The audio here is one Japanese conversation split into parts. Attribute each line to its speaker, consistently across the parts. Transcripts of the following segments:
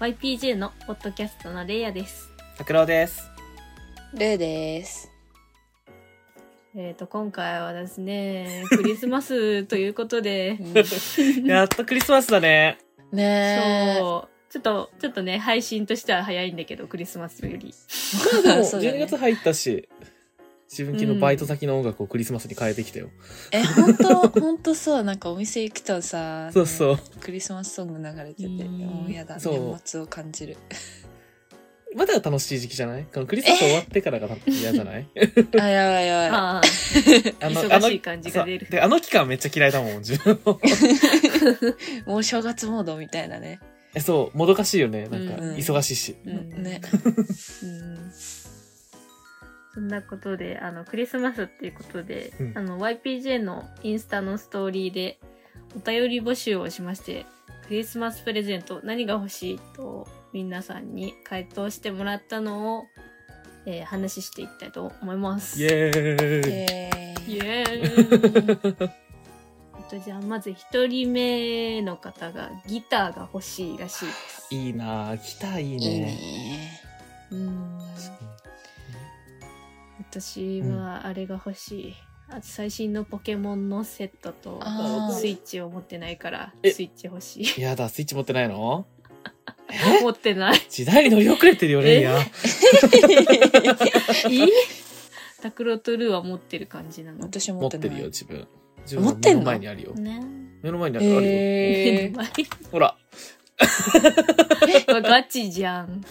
Speaker 1: YPJ のポッドキャストのレイヤです。
Speaker 2: 桜尾です。
Speaker 3: ルーです。
Speaker 1: えっ、と、今回はですね、 クリスマスということで、
Speaker 2: やっとクリスマスだね。
Speaker 3: ねえ。
Speaker 1: そう、ちょっと、ちょっとね、配信としては早いんだけど、クリスマスより。
Speaker 2: もう
Speaker 3: そうだね
Speaker 2: 12月入ったし、自分昨日バイト先の音楽をクリスマスに変えてきたよ。
Speaker 3: え、本当本当そう、なんかお店行くとさ、
Speaker 2: そうそう。
Speaker 3: クリスマスソング流れてて、
Speaker 1: うん
Speaker 3: もうやだ、
Speaker 2: そう
Speaker 3: 年末を感じる。
Speaker 2: まだ楽しい時期じゃないこのクリスマス終わってからが多分嫌じゃない
Speaker 3: あ、やばいやばい。
Speaker 1: ああ、
Speaker 2: あ
Speaker 1: 忙しい感じが出る
Speaker 2: そうで、あの期間めっちゃ嫌いだもん、自分も。
Speaker 3: もう正月モードみたいなね。
Speaker 2: えそう、もどかしいよね。なんか
Speaker 3: うんう、ん
Speaker 2: 忙しいし。
Speaker 1: うん
Speaker 3: ね。
Speaker 1: うんそんなことで、あの、クリスマスっていうことで、
Speaker 2: うん
Speaker 1: あの、YPJ のインスタのストーリーで、お便り募集をしまして、クリスマスプレゼント、何が欲しいと、皆さんに回答してもらったのを、えー話していきたいと思います。
Speaker 2: イエーイ。
Speaker 3: え
Speaker 1: イエーイ えっと、じゃあ、まず一人目の方が、ギターが欲しいらしいです。
Speaker 2: いいなぁ、来たいい
Speaker 3: いい
Speaker 2: ね。
Speaker 3: ね。
Speaker 1: うん。私はあれが欲しい、あ最新のポケモンのセットと
Speaker 3: あ
Speaker 2: ー
Speaker 1: スイッチを持ってないから
Speaker 2: え
Speaker 1: スイッチ欲しい
Speaker 2: やだ、スイッチ持ってないの
Speaker 1: 持ってない
Speaker 2: 時代に乗り遅れてるよ、レイヤー。
Speaker 1: えタクロトルーは持ってる感じなの
Speaker 3: 私持
Speaker 2: 持っ
Speaker 3: って
Speaker 2: て
Speaker 3: ない。
Speaker 2: るよ、自分。自
Speaker 3: 持ってん
Speaker 2: 目
Speaker 3: の
Speaker 2: の前にあるよ。
Speaker 1: ね
Speaker 2: 目の前にあるあるよ。
Speaker 3: え
Speaker 1: え
Speaker 2: ほら、
Speaker 1: ガチじゃん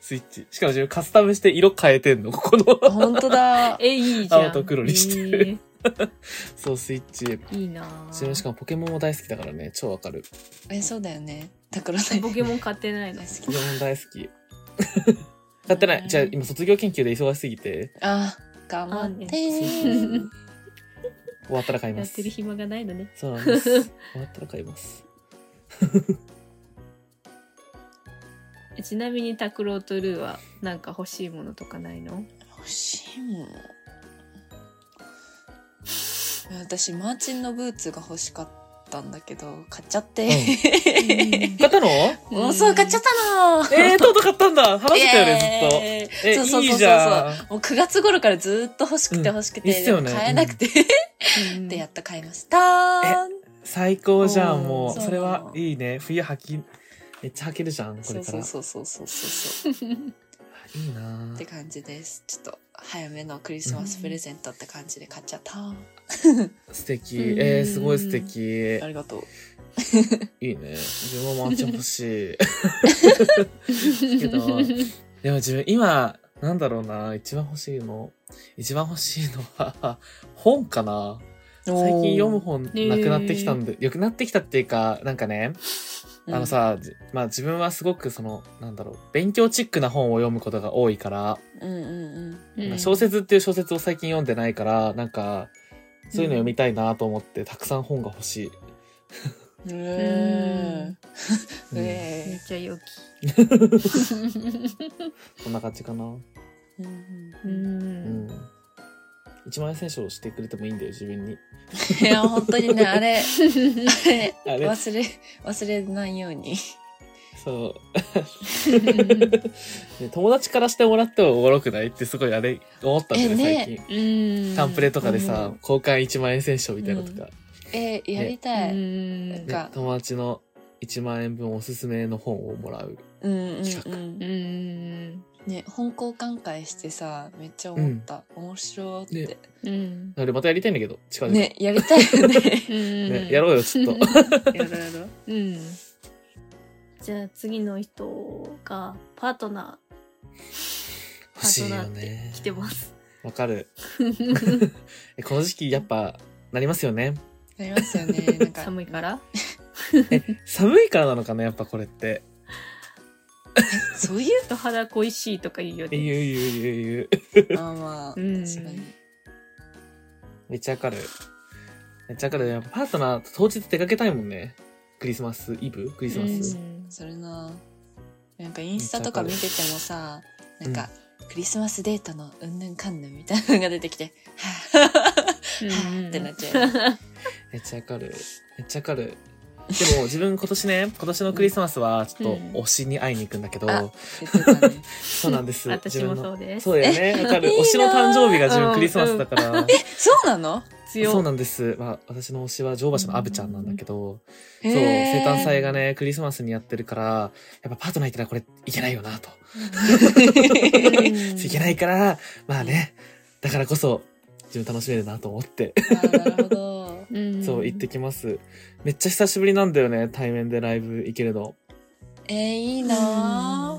Speaker 2: スイッチ。しかも自分カスタムして色変えてんの、ここ
Speaker 3: ー、
Speaker 2: の。
Speaker 3: 本 当だ。
Speaker 1: えいいじゃん
Speaker 2: 青と黒にしてるそう、スイッチ。
Speaker 1: えーいいなぁ
Speaker 2: 自分しかもポケモンも大好きだからね、超わかる。
Speaker 3: え、そうだよね。だから大好
Speaker 1: ポケモン買ってないの
Speaker 2: ポ
Speaker 3: き。
Speaker 2: ケモン大好 き。買ってない。じゃあ今卒業研究で忙しすぎて、
Speaker 3: あ、頑張って
Speaker 2: そう
Speaker 3: ー。
Speaker 2: 終わったら買い
Speaker 1: や
Speaker 2: ま
Speaker 1: っ
Speaker 2: す
Speaker 1: てる。暇がないのね
Speaker 2: そうなん です。終わったら買います。
Speaker 1: えちなみにタクロトルーはなんか欲しいものとかないの
Speaker 3: 欲しいもの私マーチンのブーツが欲しかったんだけど買っちゃって、
Speaker 2: 買 ったの
Speaker 1: うん
Speaker 3: もうそう買っちゃったの
Speaker 2: えー、とうとう買ったんだ話してたよね、
Speaker 3: え
Speaker 2: ずっと。え、
Speaker 3: そうそうそうそう
Speaker 2: いいじゃん。
Speaker 3: もう9月頃からずっと欲しくて
Speaker 2: うん
Speaker 3: 欲しく
Speaker 2: いい
Speaker 3: て、
Speaker 2: っす
Speaker 3: で
Speaker 2: よ
Speaker 3: も
Speaker 2: ね
Speaker 3: 買えなくて、
Speaker 1: うん
Speaker 3: でやっと買いました
Speaker 2: 最高じゃ
Speaker 1: うん
Speaker 2: ん、も。
Speaker 3: そうう
Speaker 2: それはいいね。冬履き、めっちゃ履けるじゃん、こ
Speaker 3: そ
Speaker 2: れ
Speaker 3: う
Speaker 2: か
Speaker 3: そ
Speaker 2: ら
Speaker 3: う。そうそうそうそう
Speaker 2: いいな
Speaker 3: って感じですちょっと早めのクリスマスプレゼントって感じで買っちゃった、
Speaker 2: 素敵。
Speaker 1: うん
Speaker 2: えー、すごい素敵
Speaker 3: あ。りがとう
Speaker 2: いいね。自分もマーチン欲し い。けどでも自分今、なんだろうな、一番欲しいの。一番欲しいのは、本かな。最近読む本なくなってきたんで、良くなってきたっていうか、なんかね、あのさ、じまあ自分はすごくその、なんだろう、勉強チックな本を読むことが多いから、
Speaker 3: うんうんうん
Speaker 1: うん
Speaker 2: 小説っていう小説を最近読んでないから、なんか、そういうの読みたいなと思って、たくさん本が欲しい。
Speaker 3: うんうん
Speaker 2: うん
Speaker 1: めっ
Speaker 3: え
Speaker 1: ちゃ良き。
Speaker 2: こんな感じかな。
Speaker 3: えうん
Speaker 1: う。
Speaker 3: うん
Speaker 2: うんん。一万円選手をしてくれてもいいんだよ、自分に。
Speaker 3: いや、本当にね、 あれ、あれ、
Speaker 2: あれ
Speaker 3: 忘れ、忘れないように。
Speaker 2: そう。ね友達からしてもらってもおもろくないってすごいあれ思ったんだよね、
Speaker 3: えね
Speaker 2: 最近。
Speaker 1: うん。
Speaker 2: タンプレとかでさ、
Speaker 3: うん
Speaker 2: 交換1万円選手みたいなのとか、
Speaker 3: えーやりた
Speaker 1: う
Speaker 3: い。
Speaker 1: ん。
Speaker 3: なん
Speaker 2: ね
Speaker 3: か、
Speaker 2: 友達の1万円分おすすめの本をもらう。
Speaker 3: うんうんう
Speaker 2: 企
Speaker 3: ん
Speaker 1: う。ん。
Speaker 3: ね、本交換会してさ、めっちゃ思った。面白っ
Speaker 2: ね
Speaker 3: て。
Speaker 1: うん。
Speaker 2: なのでまたやりたいんだけど、近々。
Speaker 3: ね、やりたいよね。
Speaker 2: ねやろうよ、ちょっと。
Speaker 3: やろやろ。
Speaker 1: うん。じゃあ次の人がパートナー、パ
Speaker 2: 欲し
Speaker 1: ー
Speaker 2: い
Speaker 1: トナ
Speaker 2: よ
Speaker 1: ーって
Speaker 2: ね。
Speaker 1: 来てます。
Speaker 2: わかる。えこの時期やっぱ、なりますよね。
Speaker 3: なりますよね。なんか、
Speaker 1: 寒いから
Speaker 2: 寒いからなのかな、やっぱこれって。
Speaker 3: そういう
Speaker 1: 人肌恋しいとか言うよ
Speaker 2: え、言う
Speaker 1: ね。
Speaker 2: 言う言う言う。
Speaker 3: あまあ、
Speaker 1: う
Speaker 3: 確
Speaker 1: ん
Speaker 3: かに。
Speaker 2: めっちゃわかる。めっちゃわかる。やっぱパートナー、当日出かけたいもんね。クリスマスイブクリスマス。
Speaker 1: うん
Speaker 3: それな。なんか、インスタとか見ててもさ、なんか、クリスマスデートのうんぬんかんぬんみたいなのが出てきて、はぁ、はぁってなっちゃう。
Speaker 2: めっちゃわかる。めっちゃわかる。でも自分今年ね、今年のクリスマスはちょっ
Speaker 1: うん
Speaker 2: と推しに会いに行くんだけど、
Speaker 3: あ言ってたね。
Speaker 2: そうなんで す。
Speaker 1: 私もそううです。
Speaker 2: そうだよね。わかる。
Speaker 3: いいな
Speaker 2: 推しの誕生日が自
Speaker 1: うん
Speaker 2: 分クリスマスだから。
Speaker 3: そうなの
Speaker 1: 強
Speaker 2: そうなんです。まあ、私の推しは乗馬車のアブちゃんなんだけど、そ
Speaker 3: そ
Speaker 2: う、生誕祭がね、クリスマスにやってるから、やっぱパートナーいたらこれいけないよなと。
Speaker 1: うん
Speaker 2: いけないから、まあね、だからこそ自分楽しめるなと思って、
Speaker 3: なるほど。
Speaker 1: うん
Speaker 2: そう行ってきます。めっちゃ久しぶりなんだよね、対面でライブ行けるの。
Speaker 3: えー、いいな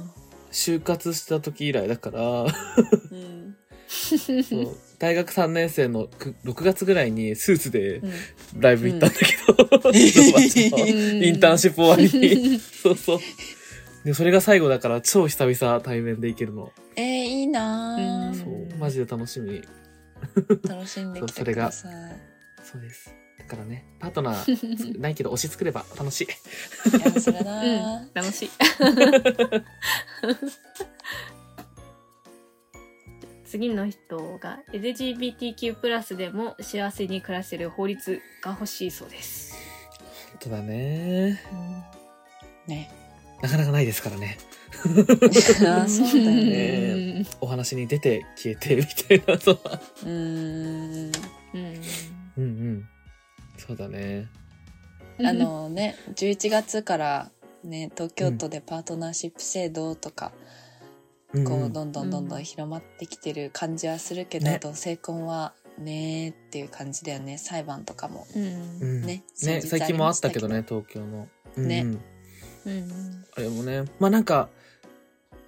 Speaker 2: 就活した時以来だから、
Speaker 3: ぁ。うん。
Speaker 2: そう大学3年生のく6月ぐらいにスーツで
Speaker 3: うん
Speaker 2: ライブ行ったんだけど、 乗馬車の
Speaker 1: うん
Speaker 2: インターンシップ終わり に。そうそう。で、それが最後だから超久々対面で行けるの。
Speaker 3: えー、いいな
Speaker 1: うん
Speaker 2: そ
Speaker 3: ぁ。
Speaker 2: う、マジで楽しみ。
Speaker 3: 楽しんでき
Speaker 2: そうそ
Speaker 3: て
Speaker 2: れ
Speaker 3: く
Speaker 2: が
Speaker 3: ださい。
Speaker 2: そうです。だからね、パートナー つないけど推し作れば楽しい。
Speaker 3: いや、それだ
Speaker 1: う、
Speaker 3: なん
Speaker 1: 楽しい。次の人が LGBTQ+, でも幸せに暮らせる法律が欲しいそうです。
Speaker 2: 本当だね。
Speaker 3: ね。
Speaker 2: なかなかないですからね。
Speaker 3: あー そうだよね。
Speaker 2: ねお話に出て消えてみたいなそう
Speaker 3: うーん。
Speaker 1: うん
Speaker 2: うんうん。そうだね。
Speaker 3: あ、のね、11月からね、東京都でパートナーシップ制度とか、
Speaker 2: うん
Speaker 3: こう、
Speaker 2: うん
Speaker 3: どんどんどんどん広まってきてる感じはするけど、
Speaker 2: ね
Speaker 3: 同性婚はねっていう感じだよね、裁判とかも。
Speaker 1: うん
Speaker 2: うん
Speaker 3: ね
Speaker 2: ね、
Speaker 3: 先日
Speaker 2: 最近もあったけどね、東京の。うんうん
Speaker 3: ね
Speaker 1: うん
Speaker 2: あれもね、まあなんか、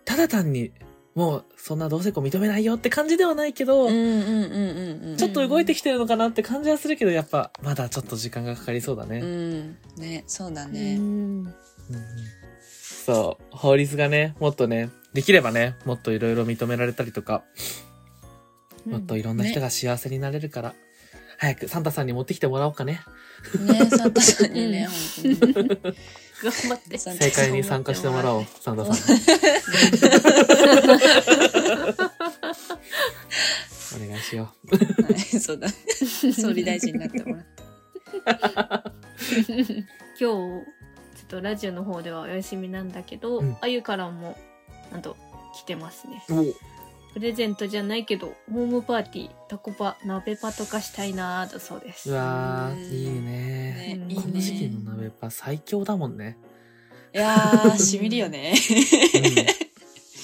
Speaker 2: ただ単に、もうそんな同性婚認めないよって感じではないけど、
Speaker 3: うんうんうんうんうん。
Speaker 2: ちょっと動いてきてるのかなって感じはするけど、やっぱまだちょっと時間がかかりそうだね。
Speaker 3: うん。ね、そうだ
Speaker 1: う
Speaker 3: ね。
Speaker 1: ん
Speaker 2: そう、法律がね、もっとね、できればね、もっといろいろ認められたりとか、もっといろんな人が幸せになれるから、早くサンタさんに持ってきてもらおうかね。
Speaker 3: ね、サンタさんにね、本当にね。
Speaker 1: 頑張って。
Speaker 3: サンタ
Speaker 2: 正
Speaker 3: さん
Speaker 2: 解に参加してもら おう、サンタさんに。お願いしよう。
Speaker 3: はいそう だ。総理大臣になってもらって。
Speaker 1: 今日、ちょっとラジオの方ではお休みなんだけど
Speaker 2: うん、
Speaker 1: あゆからも、なんと、来てますね。
Speaker 2: お
Speaker 1: プレゼントじゃないけど、ホームパーティー、タコパ、鍋パとかしたいなぁだそうです。
Speaker 2: うわー、
Speaker 3: うん
Speaker 2: いいね。
Speaker 3: ね
Speaker 1: うん、
Speaker 3: いいね。
Speaker 2: この時期の鍋パ最強だもんね。
Speaker 3: いやー、しみるよね。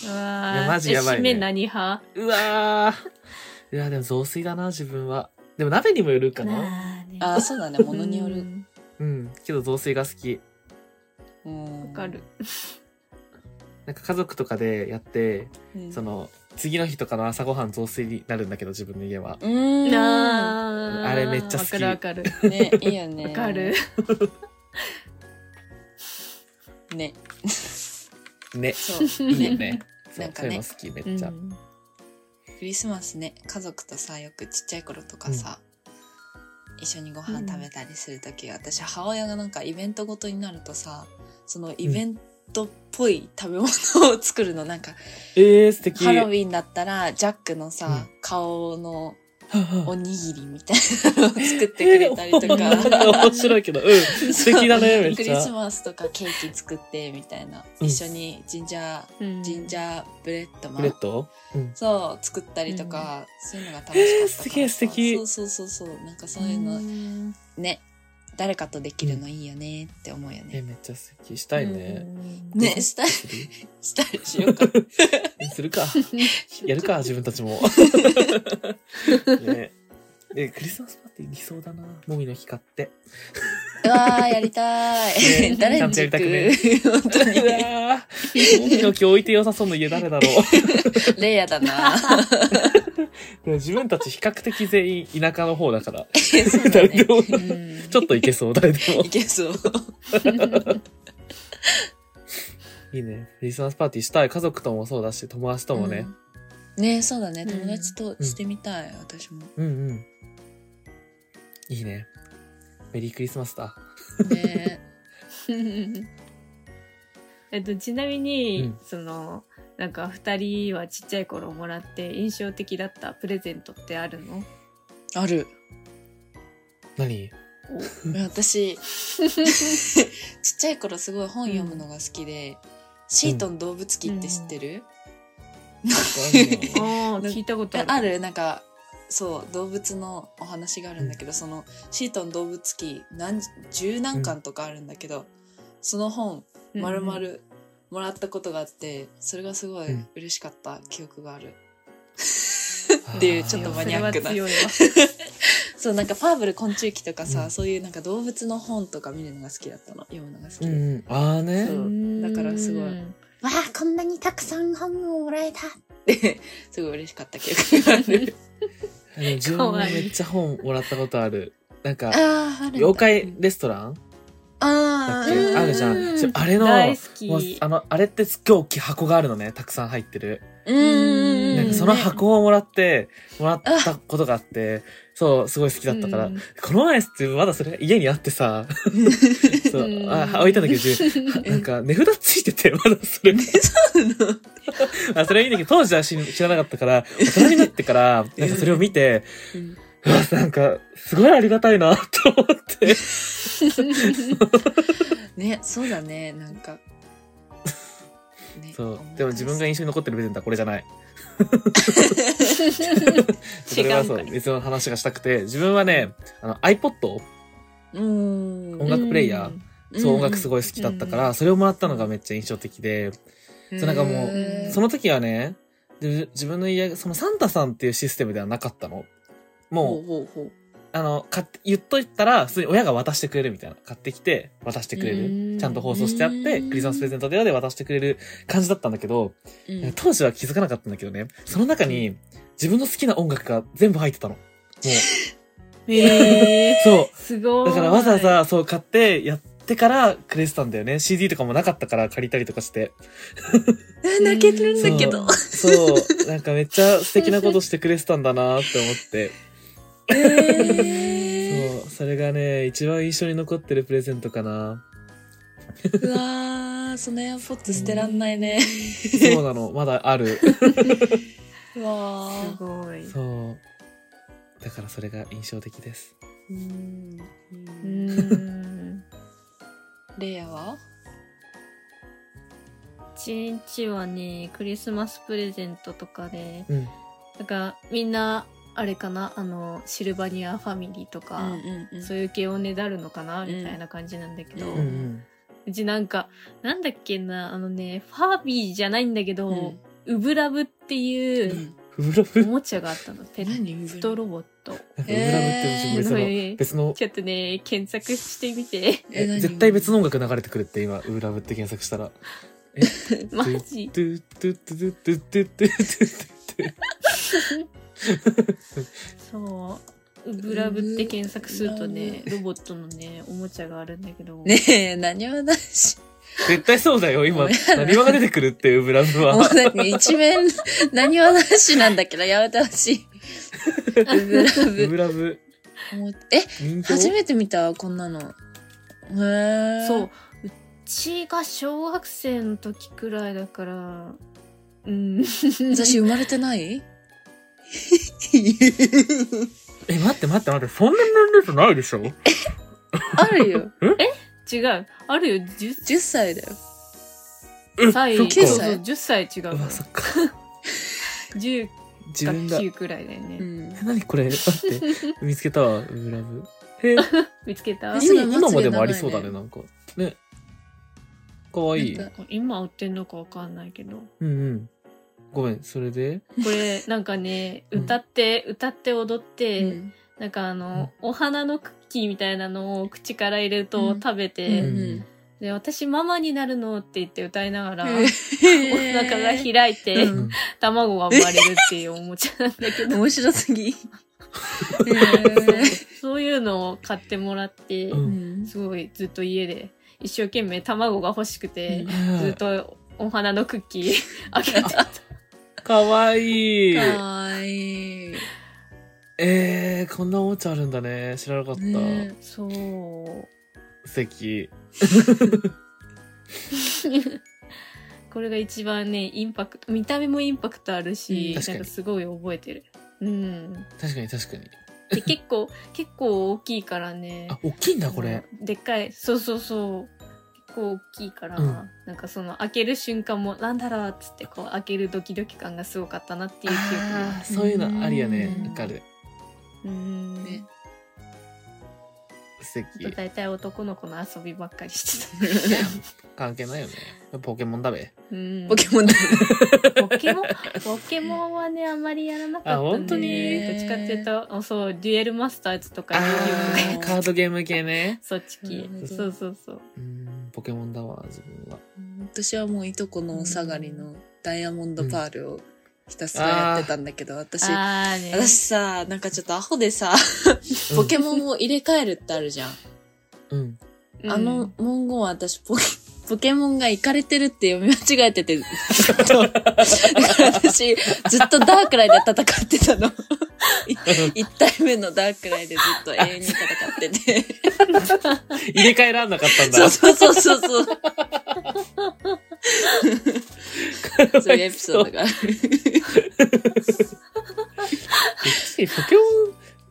Speaker 1: うわー
Speaker 2: いやマジやばいね
Speaker 1: え締め何派
Speaker 2: うんうわー。いや、でも雑炊だな、自分は。でも鍋にもよるかな。
Speaker 3: あー、そうだね。ものによる。。
Speaker 2: うん。けど雑炊が好き。
Speaker 3: うん。
Speaker 1: わかる。。
Speaker 2: なんか家族とかでやって、その、次の日とかの朝ごはん雑炊になるんだけど、自分の家は。
Speaker 3: うーん。
Speaker 1: な
Speaker 2: あれめっちゃ好き
Speaker 1: わかるわか
Speaker 3: ね、いいよね。
Speaker 1: る。わかる。。
Speaker 3: ね、
Speaker 2: ね。
Speaker 3: そう。
Speaker 2: いいよね。そう
Speaker 3: なんか
Speaker 2: そういう
Speaker 3: ね
Speaker 2: の好き、めっちゃ。
Speaker 3: クリスマスね、家族とさ、よくちっちゃい頃とかさ、一緒にご飯食べたりするとき、私、母親がなんかイベントごとになるとさ、そのイベントっぽい食べ物を作るの、なんか、
Speaker 2: えー、素敵。
Speaker 3: ハロウィンだったら、ジャックのさ、
Speaker 2: うん
Speaker 3: 顔の
Speaker 2: は
Speaker 3: お
Speaker 2: は
Speaker 3: にぎりみたいなのを作ってくれたりとか。
Speaker 2: 面白いけど、 うん。 素敵だね、めっ
Speaker 3: ク
Speaker 2: ち
Speaker 3: リス
Speaker 2: ゃ。
Speaker 3: マスとかケーキ作ってみたいな、
Speaker 2: うん
Speaker 3: 一緒にジンジャー
Speaker 1: うん
Speaker 3: ジンジャーブレッドマ
Speaker 2: ブレ
Speaker 3: ン
Speaker 2: ッド
Speaker 3: そう作ったりとか、そういうのが楽しか
Speaker 2: えー
Speaker 3: ったからさ
Speaker 2: 素敵素敵
Speaker 3: そうそうそうそうなんかそういうの、
Speaker 1: うん
Speaker 3: ね誰かとできるのいいよねって思うよ
Speaker 2: え、
Speaker 3: ね、
Speaker 2: めっちゃ素敵。したいね。
Speaker 1: うん
Speaker 3: ねしたい
Speaker 2: する
Speaker 3: したりしよう か
Speaker 2: する か。やるか、自分たちも。ねえ、クリスマスパーティー理想だな。もみの日買って。
Speaker 3: うわーやりたい、
Speaker 1: ね
Speaker 3: 誰に
Speaker 2: ちゃん
Speaker 3: 行
Speaker 2: と
Speaker 3: く、
Speaker 2: やり
Speaker 3: 本当に
Speaker 2: うわーもみの木置いて良さそうな家誰だろう。
Speaker 3: レイヤだ な
Speaker 2: でも自分たち比較的全員田舎の方だから、
Speaker 3: そうだ
Speaker 2: 誰
Speaker 3: ね
Speaker 2: でも、
Speaker 3: うん
Speaker 2: ちょっといけそう、誰でも
Speaker 3: い。けそう
Speaker 2: いいね。クリスマスパーティーしたい。家族ともそうだし、友達ともね。、
Speaker 3: うんねそうだね
Speaker 1: うん
Speaker 3: 友達としてみたい、私も
Speaker 2: うん、うん、いいね。メリークリスマスだ。
Speaker 3: ね
Speaker 1: えっと、ちなみに、
Speaker 2: うん
Speaker 1: その、なんか二人はちっちゃい頃もらって印象的だったプレゼントってあるの
Speaker 3: ある
Speaker 2: 何
Speaker 3: 私ちっちゃい頃すごい本読むのが好きで、シートン動物記って知ってる、
Speaker 2: わ
Speaker 1: ああ、
Speaker 3: な
Speaker 1: 聞いたことある。
Speaker 3: あるなんかそう動物のお話があるんだけど、そのシートン動物記何十何巻とかあるんだけど、その本
Speaker 1: うん
Speaker 3: まるま。るもらったことがあってそれがすごい
Speaker 2: うん
Speaker 3: 嬉しかった記憶がある、
Speaker 2: かんない
Speaker 3: っていうちょっと
Speaker 1: そ
Speaker 3: マニ
Speaker 1: れ
Speaker 3: アッ
Speaker 1: は
Speaker 3: クな
Speaker 1: 強いわ。
Speaker 3: そうなんか「ファーブル昆虫記」とかさ、
Speaker 2: うん
Speaker 3: そういうなんか動物の本とか見るのが好きだったの読むのが好き、
Speaker 2: うんうん。ああね
Speaker 3: そ。うだからすごい
Speaker 1: うん
Speaker 3: わあこんなにたくさん本をもらえたってすごい嬉しかった記憶がある
Speaker 2: あの自分もめっちゃ本もらったことある。なんか、
Speaker 3: あーあるんだ
Speaker 2: 妖怪レストランだ
Speaker 3: あ
Speaker 2: っ
Speaker 3: ー
Speaker 2: け
Speaker 1: うん
Speaker 2: あるじゃん。ちょあれの、
Speaker 1: 大好
Speaker 2: もう
Speaker 1: き。
Speaker 2: あの、あれってすっごい大きい箱があるのね。たくさん入ってる。
Speaker 3: うんうんうん
Speaker 2: なんかその
Speaker 3: ね
Speaker 2: 箱をもらって、もらったことがあって、そう、すごい好きだったから。
Speaker 1: うん
Speaker 2: この前っすまだそれ家にあってさ、 そうう、
Speaker 1: ん
Speaker 2: あ置いたんだけ ど、 なんか値札ついてて、まだそれ。あそれはいいんだけど、当時は知知らなかったから、大人になってから、なんかそれを見て、
Speaker 3: うん
Speaker 2: うわ、なんか、すごいありがたいな、と思って。
Speaker 3: ねそうだねなん か、ね
Speaker 2: そう
Speaker 3: 思い。
Speaker 2: でも自分が
Speaker 3: 返
Speaker 2: 印象に残ってるプレゼントはこれじゃない。 そ
Speaker 1: 違
Speaker 2: れは
Speaker 1: う
Speaker 2: そう、
Speaker 1: から。
Speaker 2: 別の話がしたくて、自分はね、あの、iPod?
Speaker 3: すうん
Speaker 2: 音楽プレイヤーそう、音楽す
Speaker 3: い、
Speaker 2: ごい好きだったか
Speaker 1: うん
Speaker 2: ら、それをもらったのがめっちゃ印象的で、そうなんかもう
Speaker 3: へー
Speaker 2: その時はね、で自分の家が、そのサンタさんっていうシステムではなかったの。
Speaker 3: ほ
Speaker 2: も
Speaker 3: う
Speaker 2: う、
Speaker 3: ほうほう
Speaker 2: あの、買って、言っといたら、普通に親が渡してくれるみたいな。買ってきて、渡してくれ
Speaker 1: うん
Speaker 2: る。ちゃんと放送してあって、
Speaker 3: うん
Speaker 2: クリスマスプレゼントでで渡してくれる感じだったんだけど、
Speaker 3: うん
Speaker 2: 当時は気づかなかったんだけどね、その中に自分の好きな音楽が全部入ってた の。もう、
Speaker 1: えー
Speaker 2: そう。
Speaker 1: すごい。
Speaker 2: だからわざわざそう買ってやってからくれてたんだよね。CD とかもなかったから借りたりとかして。
Speaker 3: え泣けてるん
Speaker 2: そう
Speaker 3: だけど。
Speaker 2: そう。なんかめっちゃ素敵なことしてくれてたんだなって思って。
Speaker 3: え
Speaker 2: そう。それがね、一番印象に残ってるプレゼントかな。
Speaker 3: うわーそのエアポッツ捨てらんないね。
Speaker 2: そうなの。まだある。
Speaker 3: うわ
Speaker 1: す
Speaker 3: ー
Speaker 1: ごい。う
Speaker 2: そう。だからそれが印象的です。
Speaker 3: うん
Speaker 1: ーん。
Speaker 3: レイヤーは
Speaker 1: 一日はね、クリスマスプレゼントとかで、
Speaker 2: うん。
Speaker 1: だからみんな、あれかな、あの、シルバニアファミリーとか、
Speaker 3: うん
Speaker 1: そういう系をねだるのかな、
Speaker 3: うん
Speaker 1: みたいな感じなんだけど、
Speaker 3: う
Speaker 2: うん
Speaker 1: うん
Speaker 2: うん。
Speaker 1: ちなんか、なんだっけな、あのね、ファービーじゃないんだけど、
Speaker 3: うん
Speaker 1: ウブラブって
Speaker 3: う
Speaker 1: いうん
Speaker 2: ウブラブ
Speaker 1: お
Speaker 2: なんか
Speaker 1: もちゃがあったの。ペッ
Speaker 3: 何ウブラ
Speaker 1: トロボット。
Speaker 2: ウブラブって別の、
Speaker 1: えー
Speaker 2: 別の、
Speaker 1: ちょっとね、検索してみて。
Speaker 2: え
Speaker 3: 何
Speaker 2: 絶対別の音楽流れてくるって今、ウブラブって検索したら。
Speaker 1: マジ
Speaker 2: トゥトゥトゥトゥトゥトゥトゥトゥトゥ
Speaker 1: そう。ウブラブって検索するとね、ロボットのね、おもちゃがあるんだけど。
Speaker 3: ねえ、何もないし。
Speaker 2: 絶対そうだよ、今。何話が出てくるっていうブランド
Speaker 3: もう
Speaker 2: は。
Speaker 3: なんか一面、何もないしなんだけど、やめてほしい。ウブラ
Speaker 2: ウ
Speaker 3: ブ。
Speaker 2: ブラブ。
Speaker 3: もうえ、
Speaker 2: 人気
Speaker 3: 初めて見たわこんなの。へえ。
Speaker 1: そう。。うちが小学生の時くらいだから、うん。
Speaker 3: 私生まれてない
Speaker 2: え、待って待って待って、そんな年齢じゃないでしょ
Speaker 3: あるよ。
Speaker 1: 違う。あるよ、10
Speaker 3: 10歳だよ。
Speaker 1: 歳。
Speaker 2: そっ
Speaker 1: そ
Speaker 2: か
Speaker 1: うそう、10歳違う
Speaker 2: う
Speaker 1: から
Speaker 2: わ、。そっか。
Speaker 1: 10
Speaker 2: 自
Speaker 1: か
Speaker 2: 分が。え
Speaker 1: 9くらいだよね。
Speaker 3: うん。
Speaker 2: 何これ待って。見つけたわ、ウブラブ。え、
Speaker 1: 見つけた
Speaker 3: え
Speaker 2: 今今もでもありそうだね、なんか。ね。かわいい。
Speaker 3: なんか
Speaker 1: 今売ってんのかわかんないけど。
Speaker 2: うんうん。ごめん、それで
Speaker 1: これ、なんかね、
Speaker 2: うん
Speaker 1: 歌って、歌って踊って、
Speaker 3: うん
Speaker 1: なんかあの、お花のクッキーみたいなのを口から入れると
Speaker 3: うん
Speaker 1: 食べて、
Speaker 3: うん
Speaker 1: で、私ママになるのって言って歌いながら、
Speaker 3: へ
Speaker 1: お
Speaker 3: ー
Speaker 1: 腹が開いて、
Speaker 3: うん
Speaker 1: 卵が生まれるっていうおもちゃなんだ けど、
Speaker 3: 面白すぎ。へー
Speaker 1: そういうのを買ってもらって、
Speaker 2: う
Speaker 3: うんん
Speaker 1: すごいずっと家で、一生懸命卵が欲しくて、ずっ
Speaker 2: う
Speaker 1: とお花のクッキーあげてた。
Speaker 2: ん。かわいい。
Speaker 3: かわいい。
Speaker 2: えー、こんなおもちゃあるんだね。知らなかった。
Speaker 3: ね
Speaker 1: そう。
Speaker 2: 素敵。
Speaker 1: これが一番ね、インパクト、見た目もインパクトある
Speaker 3: う
Speaker 1: し
Speaker 2: ん、確か
Speaker 1: なん
Speaker 2: に
Speaker 1: かすごい覚えてる。うん。
Speaker 2: 確かに確かに。
Speaker 1: で、結構、結構大きいからね。
Speaker 2: あ、大きいんだ、これ。
Speaker 1: でっかい、そうそうそう。結構大きいから、
Speaker 2: うん
Speaker 1: なんかその開ける瞬間も、なんだろうっつって、こう開けるドキドキ感がすごかったなっていう記憶が
Speaker 2: あーそういうのありやね
Speaker 1: う。ん
Speaker 2: わかる。
Speaker 1: うーん。
Speaker 3: ね
Speaker 2: 素敵。
Speaker 1: 大体男の子の遊びばっかりしてた。
Speaker 2: 関係ないよね。ポケモンだべ。
Speaker 1: うん
Speaker 3: ポケモンだ。
Speaker 1: ポケモン、ポケモンはね、あんまりやらなかった、ね。
Speaker 2: あ本当に
Speaker 1: どっちかっていうと、あそう、デュエルマスターズとか
Speaker 2: あ
Speaker 1: いうよ
Speaker 2: ー
Speaker 1: うな
Speaker 2: カードゲーム系ね。
Speaker 1: そっち系
Speaker 3: なるほ。ど
Speaker 1: そうそうそう。
Speaker 2: うーん、ポケモンだわ、自分は。
Speaker 3: 私はもういとこのお下がりのダイヤモンドパールをひたすらやってたんだけど、私、
Speaker 1: あーね。
Speaker 3: 私さ、なんかちょっとアホでさ、
Speaker 2: うん
Speaker 3: ポケモンを入れ替えるってあるじゃん。
Speaker 2: うん。
Speaker 1: うん
Speaker 3: あの、文言は私ポケ、ポケモンがイカれてるって読み間違えてて、ずっ と。だから私、ずっとダークライで戦ってたの。 一体目のダークライでずっと永遠に戦ってて。
Speaker 2: 入れ替えらんなかったんだ。
Speaker 3: そう そうそうそうそう。そういうエピ ソードがある。
Speaker 2: 確かにポケモン、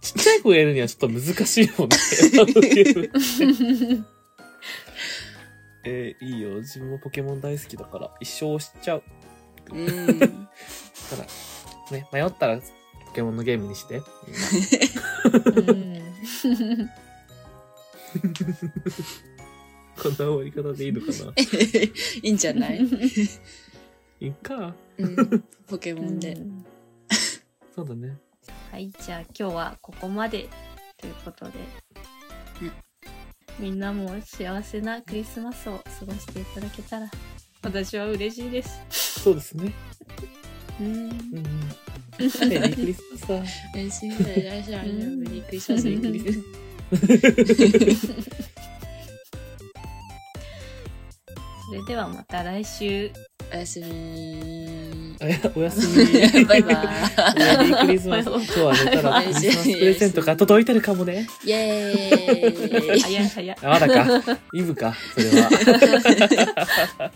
Speaker 2: ちっちゃい子がやるにはちょっと難しいもんね。あのゲー ムえーいいよ。自分もポケモン大好きだから、一生押しちゃう。
Speaker 3: うん。。
Speaker 2: ただ、ね、迷ったら、ポケモンのゲームにして。
Speaker 1: うん
Speaker 2: こんな終わり方でいいのかな
Speaker 3: いいんじゃない、
Speaker 2: いいか。
Speaker 3: うん、ポケモン
Speaker 1: う
Speaker 3: で。
Speaker 1: ん
Speaker 2: そうだね。
Speaker 1: はい、じゃあ今日はここまでということで
Speaker 3: うん。
Speaker 1: みんなも幸せなクリスマスを過ごしていただけたら、私は嬉しいです。
Speaker 2: そうですね。
Speaker 1: うん
Speaker 2: うんうん。メリークリスマス
Speaker 3: 嬉しいです。大丈夫。メリークリスマス。メリークリスマス
Speaker 1: それではまた来週。
Speaker 3: おやす み。
Speaker 2: だ。あいやおやすみ。メ
Speaker 3: バイバー
Speaker 2: リークリスマス。今日は寝たらクリスマスプレゼントが届いてるかもね。
Speaker 3: イ。イェーイ。
Speaker 1: 早い早い。
Speaker 2: あまだか。イブか、それは。